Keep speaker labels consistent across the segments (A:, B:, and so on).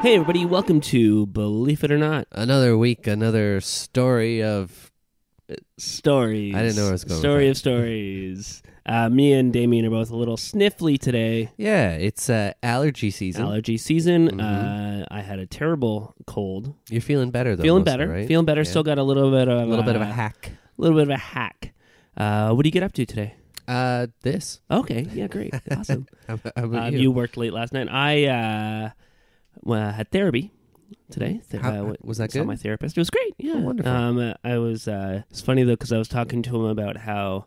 A: Hey, everybody, welcome to Believe It or Not.
B: Another week, another story of.
A: Stories.
B: I didn't know where I was going.
A: Story of stories. Uh, me and Damien are both a little sniffly today.
B: Yeah, it's uh, allergy season.
A: Allergy season. Mm-hmm. Uh, I had a terrible cold.
B: You're feeling better, though.
A: Feeling
B: mostly,
A: better.
B: Right?
A: Feeling better.
B: Yeah.
A: Still got a little bit of
B: a little bit of a hack.
A: A little bit of a hack. what do you get up to today?
B: Uh, this.
A: Okay. Yeah, great. awesome.
B: How about
A: Um, you?
B: you?
A: worked late last night. I uh, well, I had therapy today. Th-
B: How-
A: uh, went-
B: was that
A: saw
B: good?
A: my therapist. It was great. Yeah,
B: Oh, wonderful.
A: Um, uh, I was. Uh, it's funny though because I was talking to him about how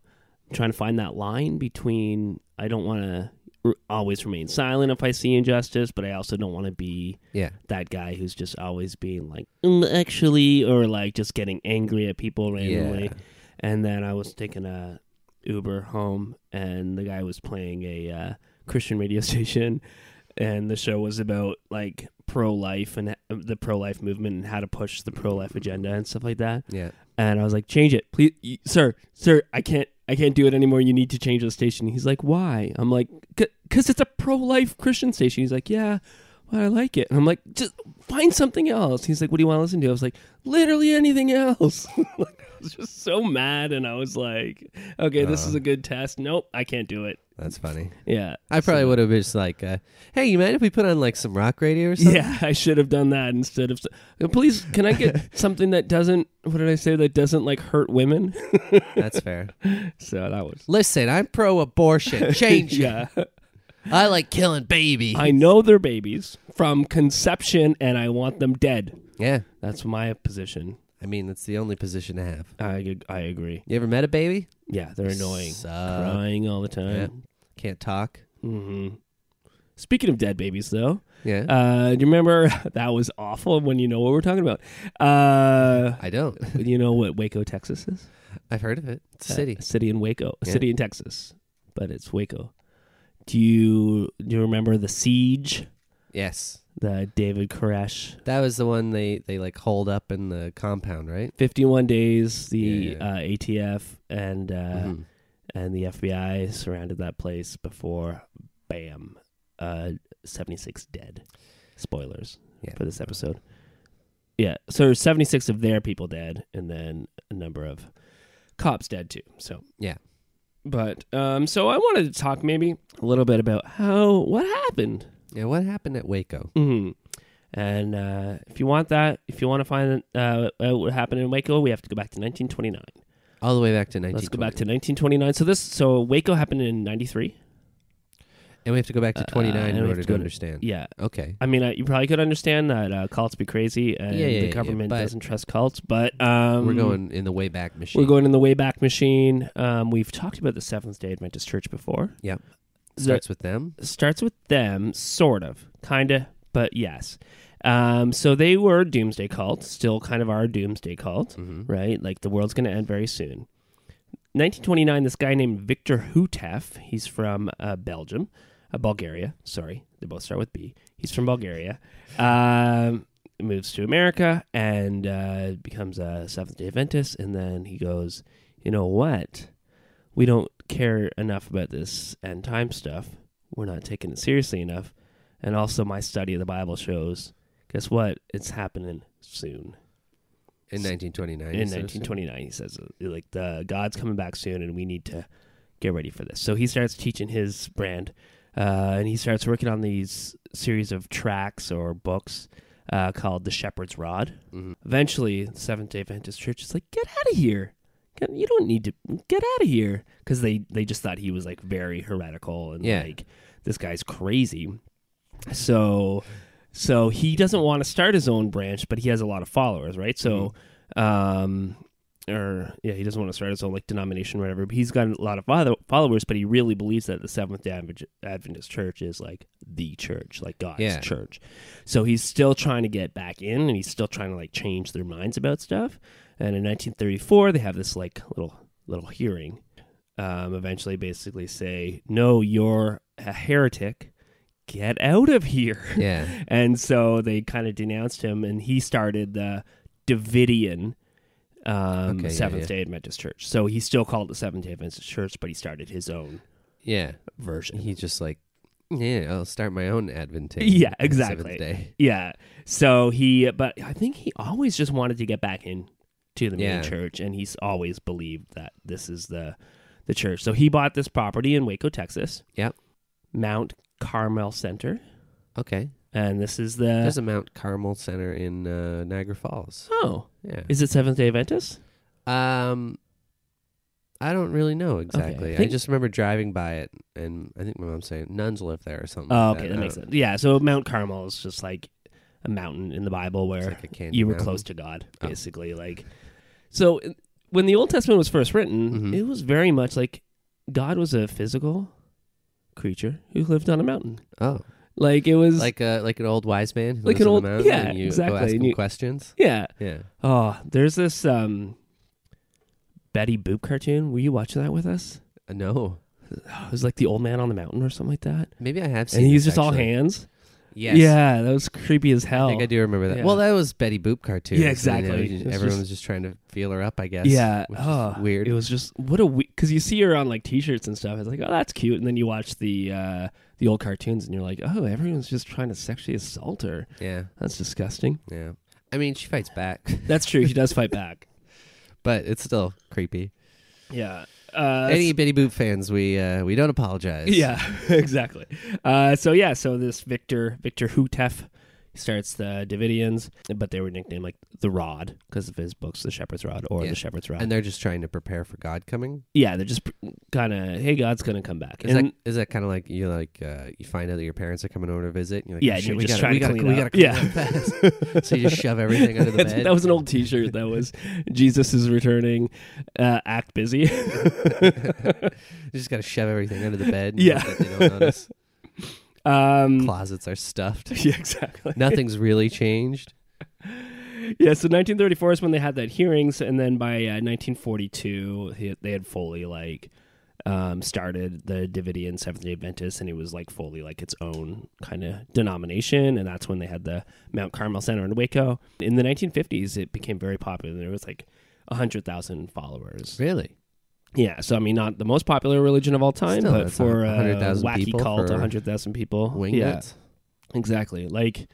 A: I'm trying to find that line between I don't want to r- always remain silent if I see injustice, but I also don't want to be
B: Yeah.
A: that guy who's just always being like "Mm, actually or like just getting angry at people randomly.
B: Yeah.
A: And then I was taking a Uber home, and the guy was playing a uh, Christian radio station, and the show was about like pro life and uh, the pro life movement and how to push the pro life agenda and stuff like that.
B: Yeah.
A: And I was like, change it, please, y- sir, sir. I can't, I can't do it anymore. You need to change the station. He's like, why? I'm like, because it's a pro-life Christian station. He's like, yeah, well, I like it. And I'm like, just find something else. He's like, what do you want to listen to? I was like, literally anything else. Like, I was just so mad, and I was like, okay, this
B: Uh.
A: is a good test. Nope, I can't do it.
B: That's funny.
A: Yeah,
B: I
A: So-
B: probably would have just like, uh, hey, you mind if we put on like some rock radio or something?
A: Yeah, I should have done that instead of. Please, can I get something that doesn't? What did I say? That doesn't like hurt women.
B: That's fair.
A: so that was.
B: Listen, I'm pro abortion. Change it.
A: Yeah,
B: I like killing babies.
A: I know they're babies from conception, and I want them dead.
B: yeah.
A: That's my position.
B: I mean, that's the only position to have.
A: I ag- I agree.
B: You ever met a baby?
A: Yeah, they're annoying,
B: Suck.
A: crying all the
B: Yeah.
A: time.
B: Can't talk.
A: hmm Speaking of dead babies, though,
B: Yeah.
A: uh, do you remember that was awful when you know what we're talking about? Uh,
B: I don't.
A: you know what Waco, Texas is?
B: I've heard of it. It's a
A: Uh,
B: city.
A: a city in Waco, a
B: Yeah.
A: city in Texas, but it's Waco. Do you do you remember the siege?
B: Yes.
A: The David Koresh,
B: That was the one they, they like hold up in the compound, right?
A: fifty-one days. The
B: Yeah, yeah.
A: Uh, ATF and uh,
B: Mhm.
A: and the FBI surrounded that place before, bam, uh, seventy-six dead. Spoilers
B: Yeah.
A: for this episode. Yeah, so seventy-six of their people dead, and then a number of cops dead too. So
B: Yeah.
A: But um, so I wanted to talk maybe a little bit about how what happened.
B: Yeah. What happened at Waco?
A: hmm And uh, if you want that, if you want to find uh, out what happened in Waco, we have to go back to 1929.
B: All the way back to 1920.
A: Let's go back to 1929. So this, so Waco happened in '93.
B: And we have to go back to 29
A: uh, and we
B: in
A: have
B: order
A: to
B: to,
A: go to-
B: understand.
A: Yeah.
B: Okay.
A: I mean, uh, you probably could understand that uh, cults be crazy, and
B: Yeah, yeah,
A: the
B: yeah,
A: government
B: but-
A: doesn't trust cults. But um,
B: We're going in the way back machine.
A: we're going in the Wayback Machine. Um, we've talked about the Seventh Day Adventist Church before.
B: Yep.
A: The-
B: Starts with them.
A: starts with them, sort of, kind of, but yes. Um, so they were a doomsday cult, still kind of our doomsday cult, right? Like the world's going to end very soon. 1929, this guy named Victor Hutef, he's from uh, Belgium, uh, Bulgaria, sorry, they both start with B. He's from Bulgaria, um, moves to America and uh, becomes a Seventh day Adventist, and then he goes, you know what? we don't care enough about this end time stuff. We're not taking it seriously enough. And also, my study of the Bible shows guess what? It's happening soon.
B: In 1929.
A: In
B: so-
A: 1929, he says, uh, like, the God's coming back soon, and we need to get ready for this. So he starts teaching his brand, uh, and he starts working on these series of tracts or books uh, called The Shepherd's Rod. Eventually, the Seventh Day Adventist Church is like, "Get out of here! Get- you don't need to get out of here," because they they just thought he was like very heretical and
B: Yeah.
A: like this guy's crazy. So so
B: Mm-hmm.
A: he doesn't want to start his own branch, but he has a lot of followers, right? So um, or yeah, he doesn't want to start his own like denomination or whatever. But he's got a lot of father- followers, but he really believes that the Seventh Day Advent- Adventist Church is like the church, like God's
B: Yeah.
A: church. So he's still trying to get back in, and he's still trying to like change their minds about stuff. And in 1934, they have this like little little hearing. Um, eventually, basically say, "No, you're a heretic. Get out of here."
B: Yeah.
A: and so they kind of denounced him, and he started the Davidian um,
B: Okay, yeah,
A: Seventh
B: yeah.
A: Day Adventist Church. So he still called it the Seventh Day Adventist Church, but he started his own
B: Yeah.
A: version.
B: He just like, yeah, I'll start my own advent.
A: yeah,
B: on the
A: exactly.
B: seventh day.
A: Yeah. So he, but I think he always just wanted to get back in to the main
B: Yeah.
A: church, and he's always believed that this is the the church. So he bought this property in Waco, Texas,
B: Yep.
A: Mount Carmel Center,
B: Okay.
A: and this is
B: There's
A: the
B: a Mount Carmel Center in uh, Niagara Falls.
A: oh,
B: Yeah.
A: is it Seventh Day Adventist?
B: Um, I don't really know exactly. I
A: Think-
B: just remember driving by it, and I think my mom saying nuns live there or something.
A: Oh,
B: like
A: okay,
B: that,
A: that makes
B: I
A: sense.
B: don't-
A: Yeah, so Mount Carmel is just like a mountain in the Bible where
B: like a Oh. candy
A: you were
B: mountain.
A: close to God, basically. Like, so uh, when the Old Testament was first written,
B: Mhm.
A: it was very much like God was a physical creature who lived on a mountain.
B: Oh,
A: Like it was
B: like a like an old wise man, who
A: Like
B: lives
A: an
B: on
A: old-
B: the mountain,
A: yeah,
B: and you
A: exactly,
B: Go ask
A: and
B: him
A: you-
B: questions.
A: yeah.
B: Yeah.
A: Oh, there's this um Betty Boop cartoon. Were you watching that with us?
B: Uh, no,
A: Oh, it was like the old man on the mountain or something like that.
B: maybe I have seen.
A: And he's
B: this,
A: just all
B: actually.
A: hands.
B: Yes.
A: Yeah, that was creepy as hell.
B: I think I do remember that.
A: Yeah.
B: Well, that was Betty Boop cartoon.
A: Yeah, exactly. It's
B: everyone
A: just-
B: was just trying to feel her up, I guess.
A: Yeah,
B: which
A: oh,
B: is weird.
A: It was just what a because you see her on like t-shirts and stuff. It's like, oh, that's cute, and then you watch the uh, the old cartoons, and you're like, oh, everyone's just trying to sexually assault her.
B: yeah,
A: That's disgusting.
B: yeah. I mean, she fights back,
A: That's true. She does fight back.
B: but it's still creepy.
A: Yeah. Uh,
B: Any Betty Boop fans, we uh, we don't apologize.
A: Yeah, exactly. Uh, so yeah, so this Victor Victor Hutef starts the Davidians, but they were nicknamed like the Rod because of his books, The Shepherd's Rod or
B: Yeah.
A: The Shepherd's Rod.
B: and they're just trying to prepare for God coming.
A: yeah, they're just kind of hey, God's gonna come back.
B: Is
A: And-
B: that is that kind of like you like uh, you find out that your parents are coming over to visit? And you're like,
A: Yeah,
B: "Oh,
A: and
B: shit,
A: you're
B: we
A: just
B: gotta,
A: trying
B: we
A: to
B: gotta,
A: clean
B: we
A: it
B: gotta
A: up."
B: clean
A: Yeah.
B: up fast. so you just shove everything under the
A: That's-
B: bed.
A: That was an old T-shirt. That was Jesus is returning. Uh, act busy.
B: You just gotta shove everything under the bed. and
A: Yeah.
B: hope that they don't notice.
A: um,
B: Closets are stuffed.
A: yeah, exactly.
B: Nothing's really changed.
A: Yeah, so 1934 is when they had that hearings, and then by uh, 1942, he- they had fully like um, started the Davidian Seventh Day Adventist, and it was like fully like its own kind of denomination, and that's when they had the Mount Carmel Center in Waco. In the 1950s, it became very popular. There was like hundred thousand followers.
B: Really?
A: Yeah, so I mean, not the most popular religion of all time,
B: Still,
A: but
B: that's
A: for a
B: a hundred thousand
A: wacky
B: people
A: cult,
B: for
A: a hundred thousand people. Yeah,
B: Winglets.
A: exactly. Like,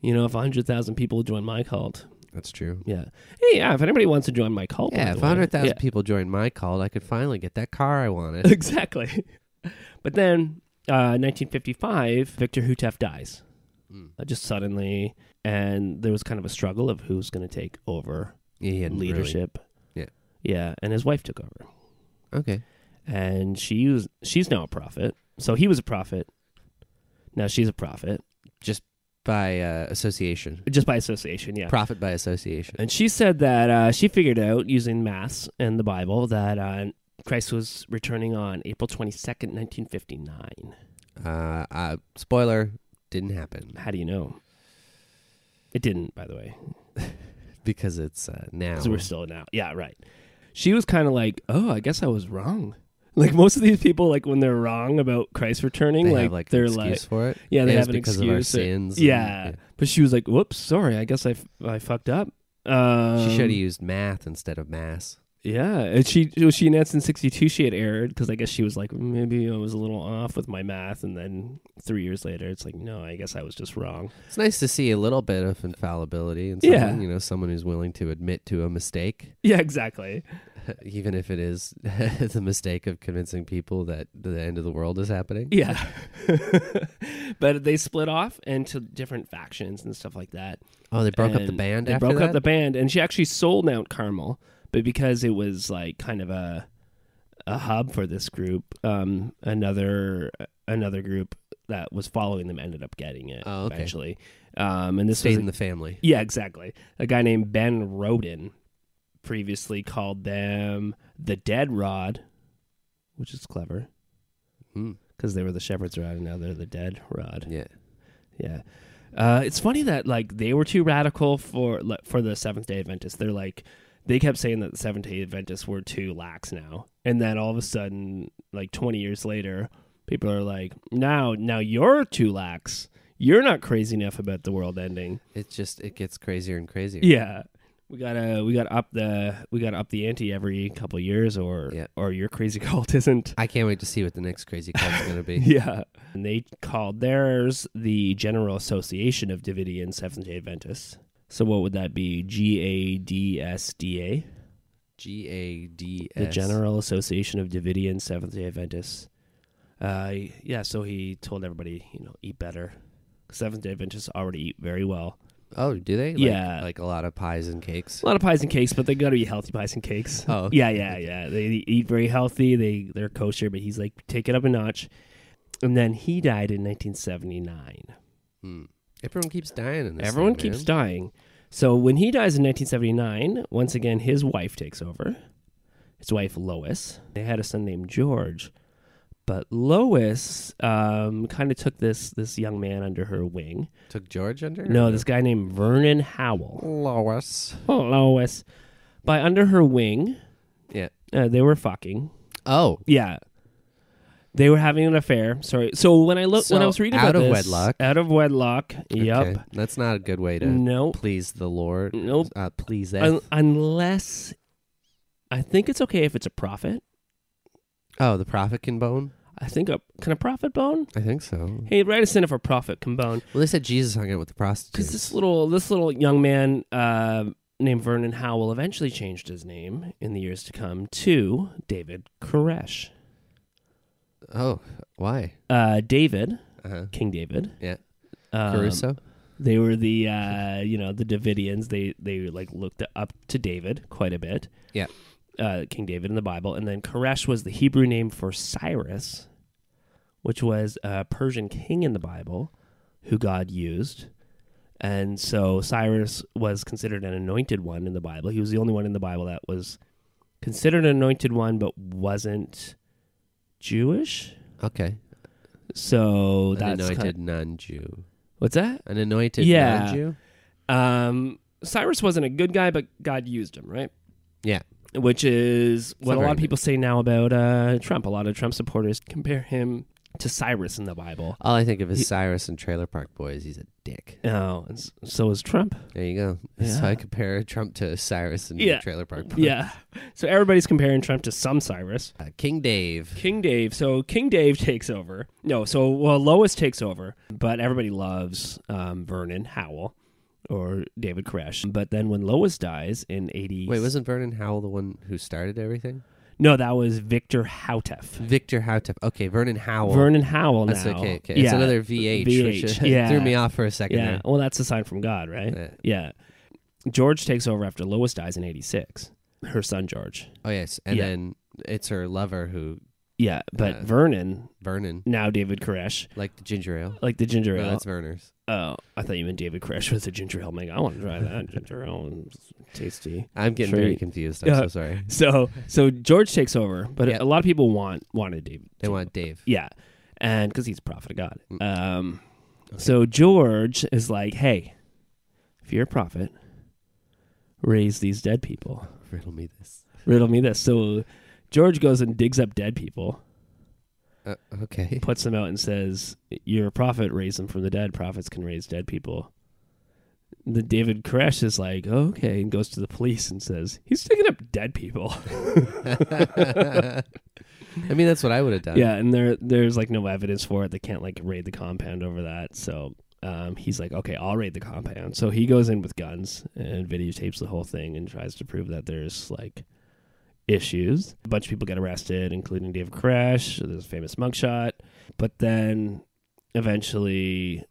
A: you know, if a hundred thousand people join my cult,
B: That's true.
A: yeah, hey, yeah. If anybody wants to join my cult, by
B: Yeah,
A: the
B: if
A: way-
B: hundred thousand
A: Yeah,
B: people joined my cult, I could finally get that car I wanted.
A: exactly. But then, uh, 1955, Victor Hutef dies,
B: Hmm.
A: uh, just suddenly, and there was kind of a struggle of who's going to take over
B: yeah, he hadn't really-
A: leadership.
B: Yeah.
A: yeah, and his wife took over.
B: Okay.
A: and she was she's now a prophet. So he was a prophet. Now she's a prophet,
B: Just by uh, association.
A: just by association, yeah.
B: Profit by association.
A: and she said that uh, she figured out using maths and the Bible that uh, Christ was returning on April twenty second, nineteen fifty nine.
B: Uh, uh, spoiler didn't happen
A: How do you know? It didn't, by the way.
B: because it's uh, now.
A: So we're still now. Yeah, right. She was kind of like, "Oh, I guess I was wrong." Like most of these people, like when they're wrong about Christ returning,
B: they
A: like,
B: have like
A: they're
B: an excuse
A: like,
B: for it.
A: Yeah, they
B: It was
A: have an
B: because
A: excuse.
B: of our
A: that-
B: sins. and-
A: yeah. but she was like, "Whoops, sorry. I guess I, f- I fucked up." Um,
B: she should have used math instead of mass.
A: Yeah, and she she announced in '62 she had erred because I guess she was like, maybe I was a little off with my math, and then three years later, it's like, no, I guess I was just wrong.
B: It's nice to see a little bit of infallibility and
A: Yeah.
B: you know, someone who's willing to admit to a mistake,
A: Yeah, exactly.
B: even if it is the mistake of convincing people that the end of the world is happening.
A: Yeah, but they split off into different factions and stuff like that.
B: Oh, they broke up the
A: And
B: band.
A: They
B: after
A: broke
B: that?
A: up the band, and she actually sold Mount Carmel, but because it was like kind of a a hub for this group, um, another another group that was following them ended up getting it
B: Oh, okay.
A: eventually. Um, and this
B: Stayed
A: was
B: in the family.
A: yeah, exactly. A guy named Ben Roden previously called them the Dead Rod, which is clever
B: Hmm.
A: because they were the Shepherd's Rod and now they're the Dead Rod.
B: Yeah.
A: Yeah. Uh, it's funny that like they were too radical for like, for the Seventh Day Adventists. They're like they kept saying that the Seventh Day Adventists were too lax now, and then all of a sudden, like twenty years later, people are like, "Now, now you're too lax. You're not crazy enough about the world ending."
B: It just it gets crazier and crazier.
A: Yeah, we gotta we gotta up the we gotta up the ante every couple years, or
B: Yeah.
A: or your crazy cult isn't.
B: I can't wait to see what the next crazy cult's gonna be.
A: Yeah. And they called theirs the General Association of Davidian Seventh day Adventists. So what would that be? G A D S D A?
B: G A D S.
A: The General Association of Davidian Seventh day Adventists. Uh, yeah, so he told everybody, you know, eat better. Seventh day Adventists already eat very well.
B: Oh, do they? Like,
A: Yeah.
B: Like a lot of pies and cakes.
A: A lot of pies and cakes, but they got to be healthy pies and cakes.
B: Oh.
A: yeah, yeah, yeah. They e-, eat very healthy. They they're kosher, but he's like take it up a notch. And then he died in 1979.
B: Everyone keeps dying in this.
A: Everyone
B: thing,
A: keeps
B: man.
A: dying. So when he dies in 1979, once again his wife takes over. His wife Lois. They had a son named George, but Lois um, kind of took this this young man under her wing.
B: Took George under?
A: No, this guy named Vernon Howell.
B: Lois.
A: Oh, Lois. By under her wing,
B: Yeah.
A: uh, they were fucking.
B: Oh.
A: Yeah. They were having an affair. Sorry. So when I look, when I
B: So,
A: was reading
B: out
A: about
B: of
A: this,
B: wedlock.
A: out of wedlock. Yep.
B: okay. That's not a good way to
A: No.
B: please the Lord.
A: Nope.
B: Uh, please that.
A: Un- unless I think it's okay if it's a prophet.
B: oh, the prophet can bone?
A: I think a can a prophet bone.
B: I think so.
A: Hey, write us in if a prophet can bone.
B: Well, they said Jesus hung out with the prostitutes.
A: Because this little this little young man uh, named Vernon Howell eventually changed his name in the years to come to David Koresh.
B: Oh, why?
A: Uh, David,
B: Uh-huh.
A: King David.
B: Yeah.
A: um,
B: Caruso?
A: They were the uh, you know the Davidians. They they like looked up to David quite a bit.
B: yeah.
A: uh, King David in the Bible, and then Koresh was the Hebrew name for Cyrus, which was a Persian king in the Bible who God used. And so Cyrus was considered an anointed one in the Bible. He was the only one in the Bible that was considered an anointed one but wasn't Jewish.
B: Okay.
A: So
B: An
A: that's
B: anointed
A: kind of-
B: non-Jew.
A: what's that?
B: An anointed
A: Yeah.
B: non-Jew?
A: Um, Cyrus wasn't a good guy, but God used him, right?
B: Yeah.
A: which is what
B: not
A: a lot
B: very
A: of people say now about uh, Trump. A lot of Trump supporters compare him to Cyrus in the Bible.
B: All I think of is Cyrus and Trailer Park Boys. He's a dick.
A: Oh, and s- so is Trump.
B: There you go. So I compare Trump to Cyrus and
A: Yeah.
B: Trailer Park Boys.
A: Yeah. So everybody's comparing Trump to some Cyrus.
B: Uh, King Dave.
A: King Dave. So King Dave takes over. No, so well Lois takes over, but everybody loves um, Vernon Howell or David Koresh. But then when Lois dies in 80
B: Wait, wasn't Vernon Howell the one who started everything?
A: No, that was Victor Houtef.
B: Victor Howtep. Okay, Vernon Howell.
A: Vernon Howell
B: That's
A: now.
B: okay. okay. It's another VH. Which uh,
A: VH, yeah.
B: threw me off for a second
A: Yeah.
B: there.
A: Well, that's a sign from God, right?
B: Yeah.
A: Yeah. George takes over after Lois dies in 86. Her son, George.
B: Oh, yes. And
A: Yeah.
B: then it's her lover who,
A: Yeah. But
B: Uh,
A: Vernon,
B: Vernon,
A: now David Koresh,
B: like the ginger ale.
A: like the ginger
B: No,
A: ale.
B: that's Verner's.
A: oh, I thought you meant David Koresh was a ginger ale. Mega. I want to try that. ginger ale is tasty.
B: I'm getting very
A: Treat.
B: confused. I'm
A: Yeah.
B: so sorry.
A: So, so George takes over, but
B: Yeah.
A: a lot of people want wanted David.
B: They want Dave.
A: Yeah. And because he's a prophet of God.
B: Mm.
A: Um, So George is like, hey, if you're a prophet, raise these dead people.
B: Riddle me this.
A: Riddle me this. So George goes and digs up dead people,
B: Uh, okay.
A: puts them out, and says, You're a prophet, raise them from the dead. Prophets can raise dead people. The David Koresh is like, "Oh, okay, and goes to the police and says, He's digging up dead people.
B: I mean, that's what I would have done.
A: yeah, and there there's like no evidence for it. They can't like raid the compound over that. So um, he's like, Okay, I'll raid the compound. So he goes in with guns and videotapes the whole thing and tries to prove that there's like issues. A bunch of people get arrested, including David Koresh. There's a famous mugshot. But then eventually,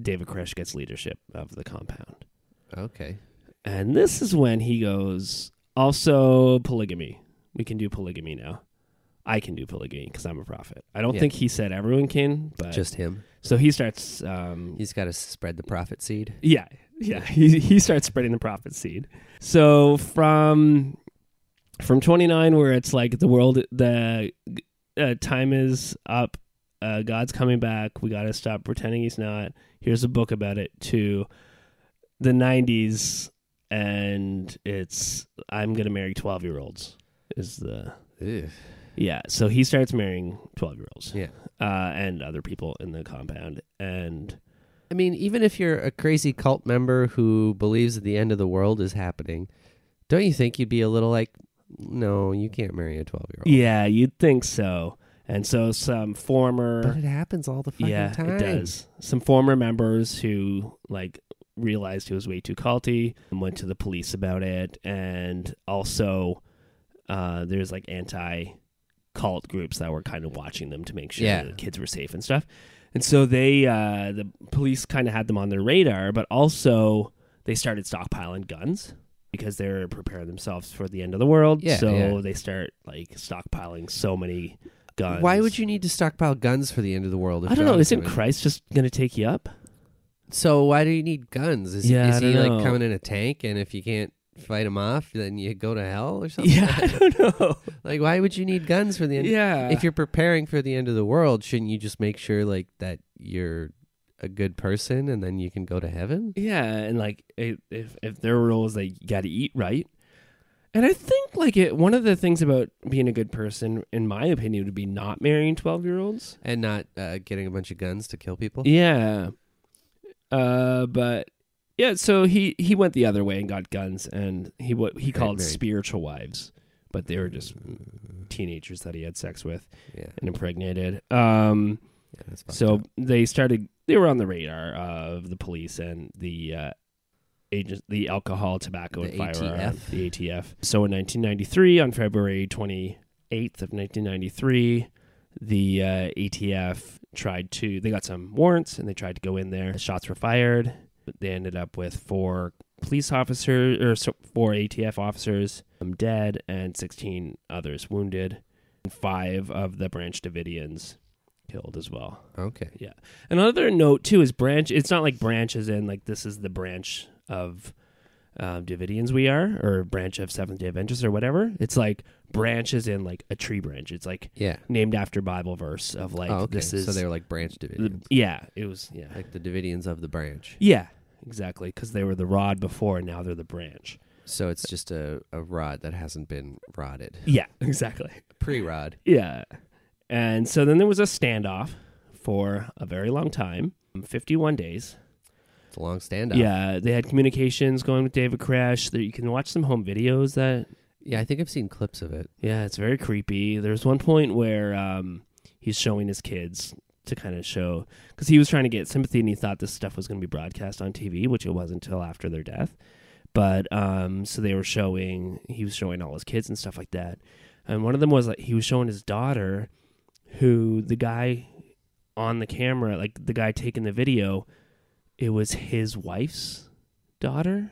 A: David Koresh gets leadership of the compound.
B: Okay.
A: And this is when he goes, also polygamy. We can do polygamy now. I can do polygamy because I'm a prophet. I don't
B: Yeah.
A: think he said everyone can, but
B: Just him.
A: so he starts. Um,
B: He's got to spread the prophet seed.
A: yeah, yeah he, he starts spreading the prophet seed so from from 29 where it's like the world the uh, time is up uh, god's coming back we gotta stop pretending he's not here's a book about it to the 90s and it's i'm gonna marry 12 year olds is the
B: Ew.
A: yeah so he starts marrying 12 year olds
B: Yeah.
A: uh, and other people in the compound and
B: I mean, even if you're a crazy cult member who believes that the end of the world is happening, don't you think you'd be a little like, no, you can't marry a 12 year old?
A: Yeah, you'd think so. And so some
B: But
A: former
B: it happens all the fucking
A: yeah,
B: time.
A: it does. Some former members who like realized it was way too culty and went to the police about it and also uh there's like anti cult groups that were kind of watching them to make sure
B: Yeah.
A: the kids were safe and stuff. And so they uh the police kind of had them on their radar, but also they started stockpiling guns because they're preparing themselves for the end of the world.
B: Yeah,
A: so
B: yeah.
A: they start like stockpiling so many guns.
B: Why would you need to stockpile guns for the end of the world? If
A: I don't know.
B: God's
A: Isn't
B: coming?
A: Christ just going to take you up?
B: So why do you need guns? Is,
A: Yeah,
B: is
A: I
B: he
A: don't
B: like
A: know.
B: coming in a tank and if you can't fight him off, then you go to hell or something?
A: Yeah, I don't know.
B: Like why would you need guns for the end?
A: Yeah.
B: If you're preparing for the end of the world, shouldn't you just make sure like that you're a good person and then you can go to heaven?
A: Yeah, and like i- if if their rule is they got to eat right, and I think like it, one of the things about being a good person, in my opinion, would be not marrying twelve year olds.
B: And not uh, getting a bunch of guns to kill people?
A: Yeah, uh, but yeah, so he he went the other way and got guns, and he what he called
B: married.
A: spiritual wives, but they were just Mm. teenagers that he had sex with
B: Yeah.
A: and impregnated. Um,
B: that's fucked
A: So
B: up.
A: they started. They were on the radar of the police and the uh, agents, the alcohol, tobacco,
B: The
A: and firearm,
B: ATF.
A: the ATF. So in 1993, on February 28th of 1993, the uh, ATF tried to. They got some warrants and they tried to go in there. Shots were fired. But they ended up with four police officers or so, four ATF officers um, dead and 16 others wounded. And Five of the Branch Davidians killed as well.
B: Okay.
A: Yeah. Another note too is branch. It's not like branch as in like this is the branch of um, Davidians we are, or branch of Seventh Day Adventists or whatever. It's like branch as in like a tree branch. It's like
B: Yeah.
A: named after Bible verse of like
B: oh, okay.
A: this is
B: so they're like branch
A: the,
B: Davidians.
A: yeah. It was yeah
B: like the Davidians of the branch.
A: yeah exactly because they were the rod before and now they're the branch.
B: So it's just a, a rod that hasn't been rotted.
A: Yeah, exactly.
B: Pre rod.
A: Yeah. And so then there was a standoff for a very long time, 51 days.
B: It's a long standoff.
A: Yeah, they had communications going with David Crash. There, you can watch some home videos that.
B: Yeah, I think I've seen clips of it.
A: Yeah, it's very creepy. There's one point where um, he's showing his kids to kind of show because he was trying to get sympathy and he thought this stuff was going to be broadcast on TV, which it wasn't until after their death. But um, so they were showing he was showing all his kids and stuff like that, and one of them was like he was showing his daughter, who the guy on the camera, like the guy taking the video, it was his wife's daughter.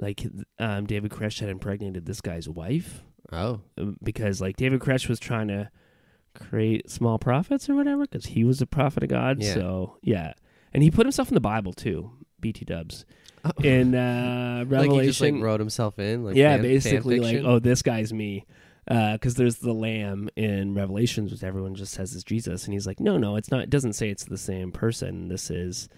A: Like um, David Koresh had impregnated this guy's wife
B: Oh,
A: because like David Koresh was trying to create small prophets or whatever because he was a prophet of God.
B: Yeah.
A: So yeah, and he put himself in the Bible too. BT Dubs in uh, Revelation.
B: Oh. like he just like wrote himself in. Like
A: yeah,
B: fan- fan
A: basically like
B: fiction?
A: oh this guy's me. Because there's the lamb in Revelations, which everyone just says is Jesus, and he's like, no, no, it's not. It doesn't say it's the same person. This is,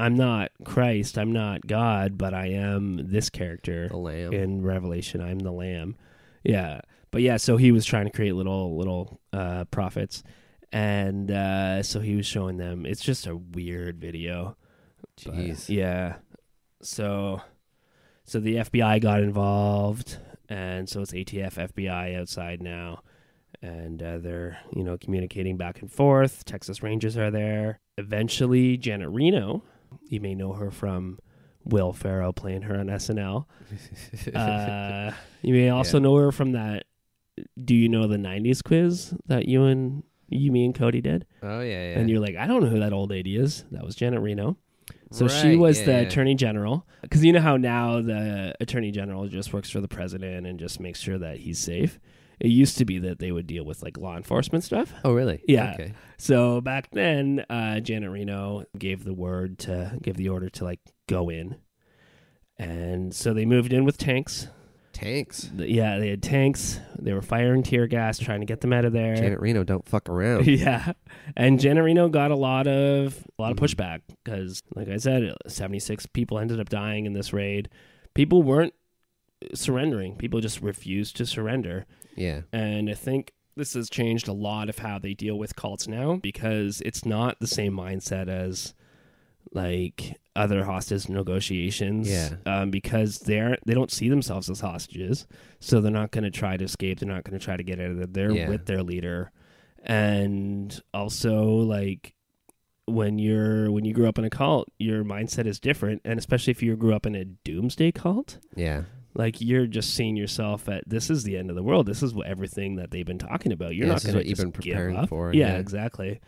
A: I'm not Christ. I'm not God, but I am this character
B: the lamb.
A: in Revelation. I'm the Lamb. Yeah, but yeah, so he was trying to create little little uh, prophets, and uh, so he was showing them. It's just a weird video. but-
B: Jeez.
A: yeah. So, so the FBI got involved, and so it's ATF FBI outside now, and uh, they're you know communicating back and forth. Texas Rangers are there. Eventually, Janet Reno, you may know her from Will Ferrell playing her on SNL. Uh, you may also know her from that. Do you know the '90s quiz that you and you, me, and Cody did?
B: oh yeah, yeah.
A: And you're like, I don't know who that old lady is. That was Janet Reno. So she
B: Right,
A: was
B: yeah,
A: the
B: yeah.
A: attorney general, because you know how now the attorney general just works for the president and just makes sure that he's safe. It used to be that they would deal with like law enforcement stuff.
B: oh really?
A: Yeah.
B: Okay.
A: So back then, uh, Janet Reno gave the word to give the order to like go in And so they moved in with tanks.
B: Tanks.
A: Th- Yeah, they had tanks. They were firing tear gas, trying to get them out of there.
B: Janet Reno don't fuck around.
A: yeah, and Gennarino got a lot of a lot of pushback because, like I said, seventy six people ended up dying in this raid. People weren't surrendering. People just refused to surrender.
B: yeah.
A: And I think this has changed a lot of how they deal with cults now because it's not the same mindset as like other hostage negotiations.
B: Yeah.
A: Um, because they're they don't see themselves as hostages, so they're not going to try to escape. They're not going to try to get out of there. They're
B: Yeah.
A: with their leader, and also like when you're when you grew up in a cult, your mindset is different, and especially if you grew up in a doomsday cult
B: Yeah.
A: like you're just seeing yourself at this is the end of the world. This is what everything that they've been talking about. You're
B: Yeah,
A: not
B: this
A: going
B: is
A: to
B: what you've
A: even
B: been preparing
A: give up.
B: for,
A: Yeah,
B: yeah.
A: exactly.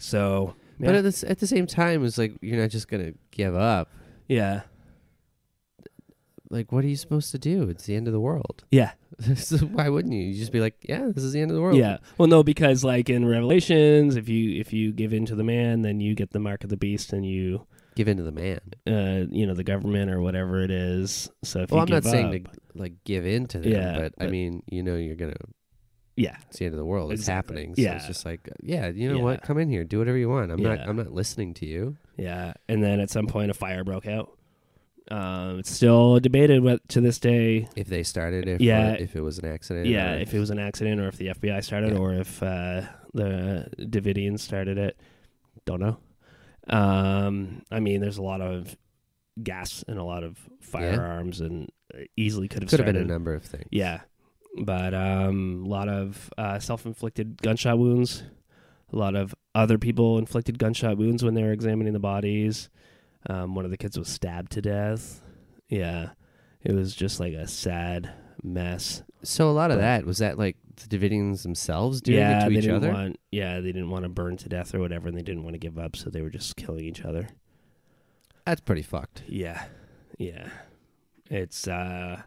A: So,
B: But
A: yeah.
B: at, this, at the same time, it's like you're not just gonna give up.
A: yeah,
B: Like, what are you supposed to do? It's the end of the world.
A: yeah,
B: So Why wouldn't you? You just be like, yeah, this is the end of the world.
A: yeah. Well, no, because like in Revelations, if you if you give in to the man, then you get the mark of the beast, and you
B: Give in to the man.
A: uh you know the government or whatever it is. So if
B: Well,
A: you
B: I'm not
A: give
B: saying
A: up-
B: to like give in to them,
A: Yeah,
B: but, I
A: but-
B: mean, you know, you're gonna.
A: yeah,
B: It's the end of the world. It's
A: Exactly.
B: happening. So
A: Yeah.
B: It's just like, uh, yeah, you know
A: Yeah.
B: what? Come in here, do whatever you want. I'm
A: Yeah.
B: not. I'm not listening to you.
A: Yeah, and then at some point a fire broke out. Um, it's still debated what, to this day
B: If they started, if
A: Yeah.
B: or if it was an accident,
A: yeah,
B: or
A: if it was an accident or if the FBI started
B: Yeah.
A: or if uh, the Davidians started it. Don't know. Um, I mean, there's a lot of gas and a lot of firearms and and easily could have
B: could have
A: started.
B: been a number of things.
A: Yeah, but um, a lot of uh, self-inflicted gunshot wounds. A lot of other people inflicted gunshot wounds when they were examining the bodies. Um, one of the kids was stabbed to death. Yeah, it was just like a sad mess.
B: So a lot of that was that like the Davidians themselves doing
A: yeah,
B: it to
A: they
B: each
A: didn't
B: other.
A: Want, yeah, they didn't want to burn to death or whatever, and they didn't want to give up, so they were just killing each other.
B: That's pretty fucked.
A: Yeah, yeah. It's uh,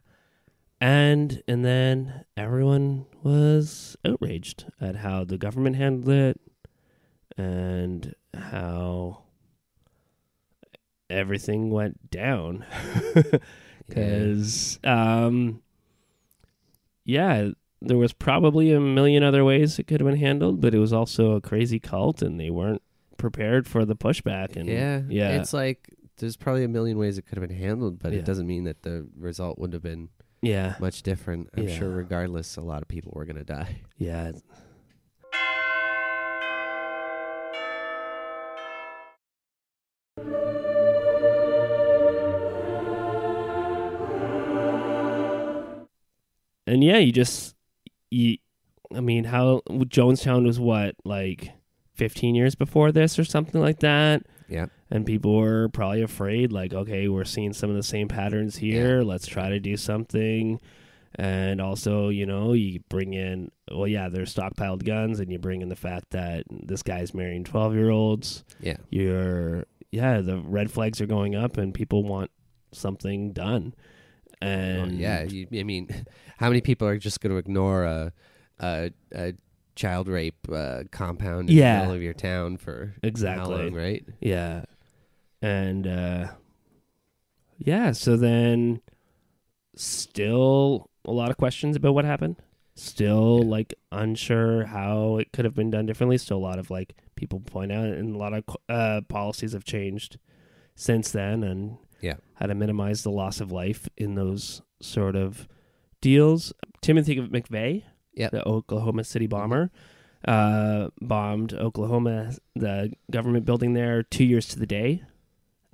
A: and and then everyone was outraged at how the government handled it, and how everything went down. Because, um, yeah, there was probably a million other ways it could have been handled, but it was also a crazy cult, and they weren't prepared for the pushback. And
B: Yeah.
A: yeah,
B: It's like there's probably a million ways it could have been handled, but
A: Yeah.
B: it doesn't mean that the result would have been
A: yeah,
B: much different. I'm
A: Yeah.
B: sure, regardless, a lot of people were going to die.
A: yeah. And yeah, you just you. I mean, how Jonestown was what like fifteen years before this or something like that.
B: Yeah.
A: and people were probably afraid like okay we're seeing some of the same patterns here let's try to do something and also you know you bring in well yeah they're stockpiled guns and you bring in the fact that this guy's marrying 12 year olds
B: Yeah.
A: you're yeah the red flags are going up and people want something done
B: Well,
A: and
B: Oh, yeah. You, I mean, how many people are just going to ignore a, a, a child rape uh, compound in
A: Yeah.
B: the middle of your town for
A: Exactly.
B: how long, right?
A: Yeah. And uh yeah, so then still a lot of questions about what happened. Still like unsure how it could have been done differently. Still a lot of like people point out and a lot of uh policies have changed since then and
B: Yeah.
A: how to minimize the loss of life in those sort of deals. Timothy McVeigh,
B: Yep.
A: the Oklahoma City bomber, uh, bombed Oklahoma, the government building there, two years to the day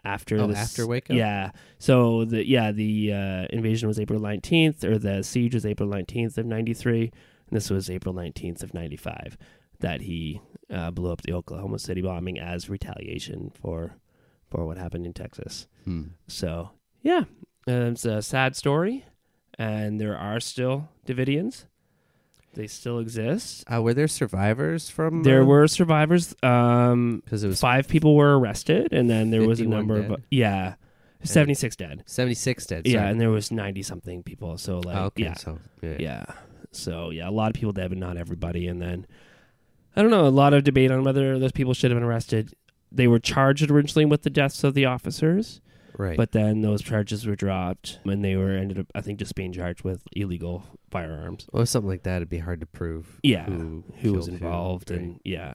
A: after
B: Oh,
A: this,
B: after Waco?
A: Yeah. So the yeah the uh, invasion was April nineteenth, or the siege was April nineteenth of ninety three, and this was April nineteenth of ninety five that he uh, blew up the Oklahoma City bombing as retaliation for for what happened in Texas.
B: Hmm.
A: So yeah, uh, it's a sad story, and there are still Davidians. They still exist.
B: Uh, were there survivors from? uh,
A: There were survivors. Um,
B: because it was
A: five people were arrested, and then there was a
B: 51
A: number of
B: dead?
A: yeah, seventy six dead.
B: seventy six dead.
A: Yeah,
B: sorry.
A: and there was ninety something people. So like
B: Oh, okay,
A: yeah,
B: so yeah.
A: yeah. So yeah, a lot of people dead, but not everybody. And then I don't know, a lot of debate on whether those people should have been arrested. They were charged originally with the deaths of the officers.
B: Right.
A: But then those charges were dropped, and they were ended up, I think, just being charged with illegal firearms.
B: well, something like that, it'd be hard to prove.
A: Yeah,
B: who,
A: who,
B: killed
A: was involved,
B: Right.
A: and yeah,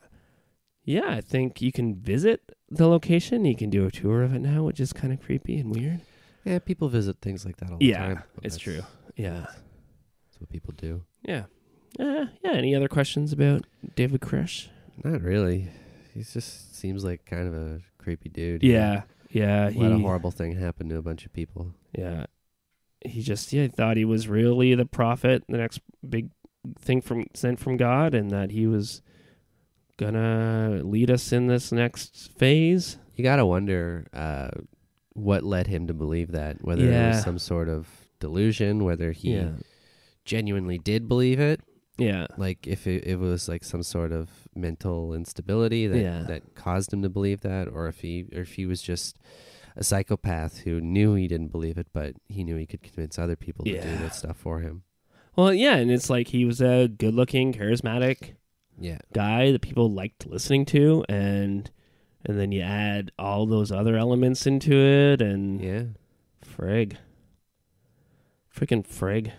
A: yeah. I think you can visit the location. You can do a tour of it now, which is kind of creepy and weird.
B: yeah, people visit things like that all
A: Yeah,
B: the time.
A: it's
B: That's-
A: true. Yeah,
B: That's what people do.
A: yeah, uh, yeah. Any other questions about David Koresh?
B: Not really. He just seems like kind of a creepy dude. He
A: Yeah, yeah. He,
B: let a horrible thing happen to a bunch of people.
A: Yeah. He just yeah, thought he was really the prophet, the next big thing from sent from God, and that he was gonna lead us in this next phase.
B: You gotta wonder uh, what led him to believe that. Whether it
A: Yeah.
B: was some sort of delusion, whether he
A: Yeah.
B: genuinely did believe it,
A: Yeah.
B: like if it, it was like some sort of mental instability that
A: Yeah.
B: that caused him to believe that, or if he or if he was just a psychopath who knew he didn't believe it, but he knew he could convince other people to do
A: Yeah.
B: that stuff for him.
A: Well, yeah, and it's like he was a good looking, charismatic
B: Yeah,
A: guy that people liked listening to and and then you add all those other elements into it and
B: yeah.
A: Frig. Freaking Frig.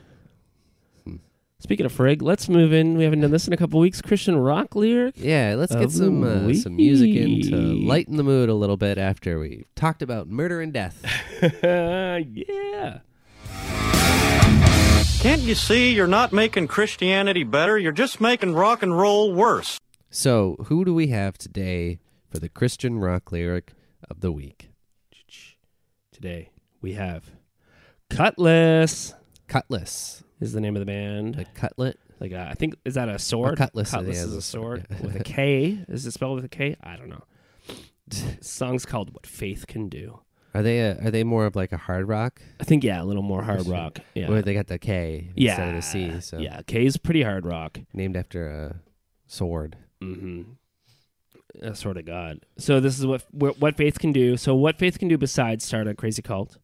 B: Hmm.
A: Speaking of Frig, let's move in. We haven't done this in a couple weeks. Christian rock lyric.
B: Yeah, let's get
A: Of
B: some
A: the
B: uh, some music in to
A: week.
B: lighten the mood a little bit after we talked about murder and death.
A: yeah.
C: Can't you see you're not making Christianity better? You're just making rock and roll worse.
B: so, who do we have today for the Christian rock lyric of the week?
A: Today we have Cutlass
B: Cutlass.
A: is the name of the band.
B: The
A: Like,
B: cutlet.
A: uh, I think is that a sword?
B: cutlass, yeah,
A: is
B: the
A: a sword
B: sword, yeah.
A: with a K. Is it spelled with a K? I don't know. song's called "What Faith Can Do."
B: Are they a, are they more of like a hard rock?
A: I think yeah, a little more hard rock. Yeah,
B: Or they got the K
A: yeah,
B: instead of the C. So
A: yeah, K is pretty hard rock.
B: named after a sword.
A: Mm-hmm. That's sort of God. So this is what what what faith can do. So what faith can do besides start a crazy cult,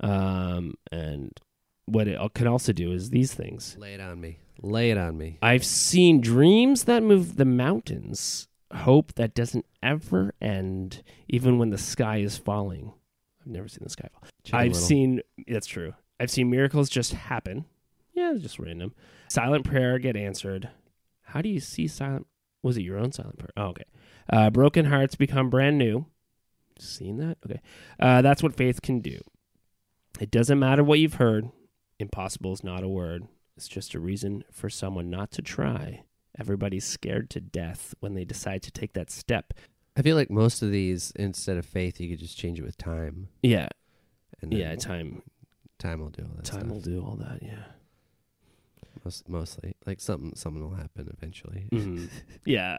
A: um, and what it can also do is these things.
B: Lay it on me. Lay it on me.
A: I've seen dreams that move the mountains, hope that doesn't ever end, even when the sky is falling. I've never seen the sky fall.
B: Chicken
A: I've
B: Little.
A: seen that's true. I've seen miracles just happen. Yeah, just random. Silent prayer get answered. How do you see silent? Was it your own silent prayer? Oh, okay. Uh, broken hearts become brand new. Seen that? Okay. Uh, that's what faith can do. It doesn't matter what you've heard. Impossible is not a word. It's just a reason for someone not to try. Everybody's scared to death when they decide to take that step.
B: I feel like most of these, instead of faith, you could just change it with time.
A: Yeah,
B: And then
A: yeah. Time,
B: time will do all that.
A: time
B: stuff.
A: will do all that. Yeah.
B: Most, mostly, like something, something will happen eventually.
A: Mhm. yeah.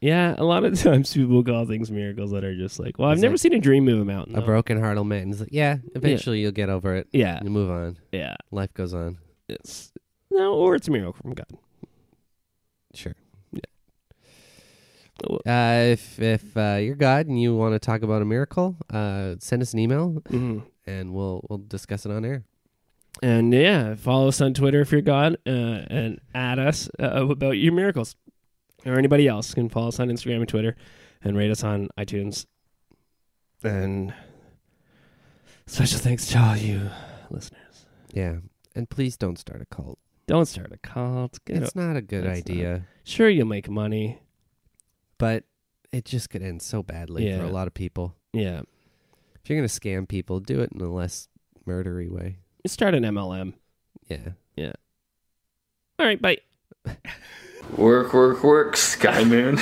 A: Yeah, a lot of times people call things miracles that are just like, well, I've
B: It's
A: never
B: like
A: seen a dream move a mountain.
B: A
A: though.
B: broken heart will mend. It's like, yeah, eventually you'll get over it.
A: Yeah,
B: You move on.
A: yeah.
B: Life goes on.
A: It's no, or it's a miracle from God.
B: Sure.
A: Yeah.
B: Uh, if if uh, you're God and you want to talk about a miracle, uh, send us an email and we'll we'll discuss it on air.
A: And yeah, follow us on Twitter if you're God, uh, and add us uh, about your miracles, or anybody else can follow us on Instagram and Twitter, and rate us on iTunes. And special thanks to all you listeners.
B: Yeah. And please don't start a cult.
A: Don't start a cult. Get
B: It's not a good
A: That's not-
B: idea,
A: Sure, you'll make money.
B: but it just could end so badly for
A: Yeah.
B: a lot of people.
A: Yeah.
B: If you're going to scam people, do it in a less murdery way.
A: Start an MLM.
B: Yeah.
A: All right, bye.
D: Work, work, work, Sky Moon.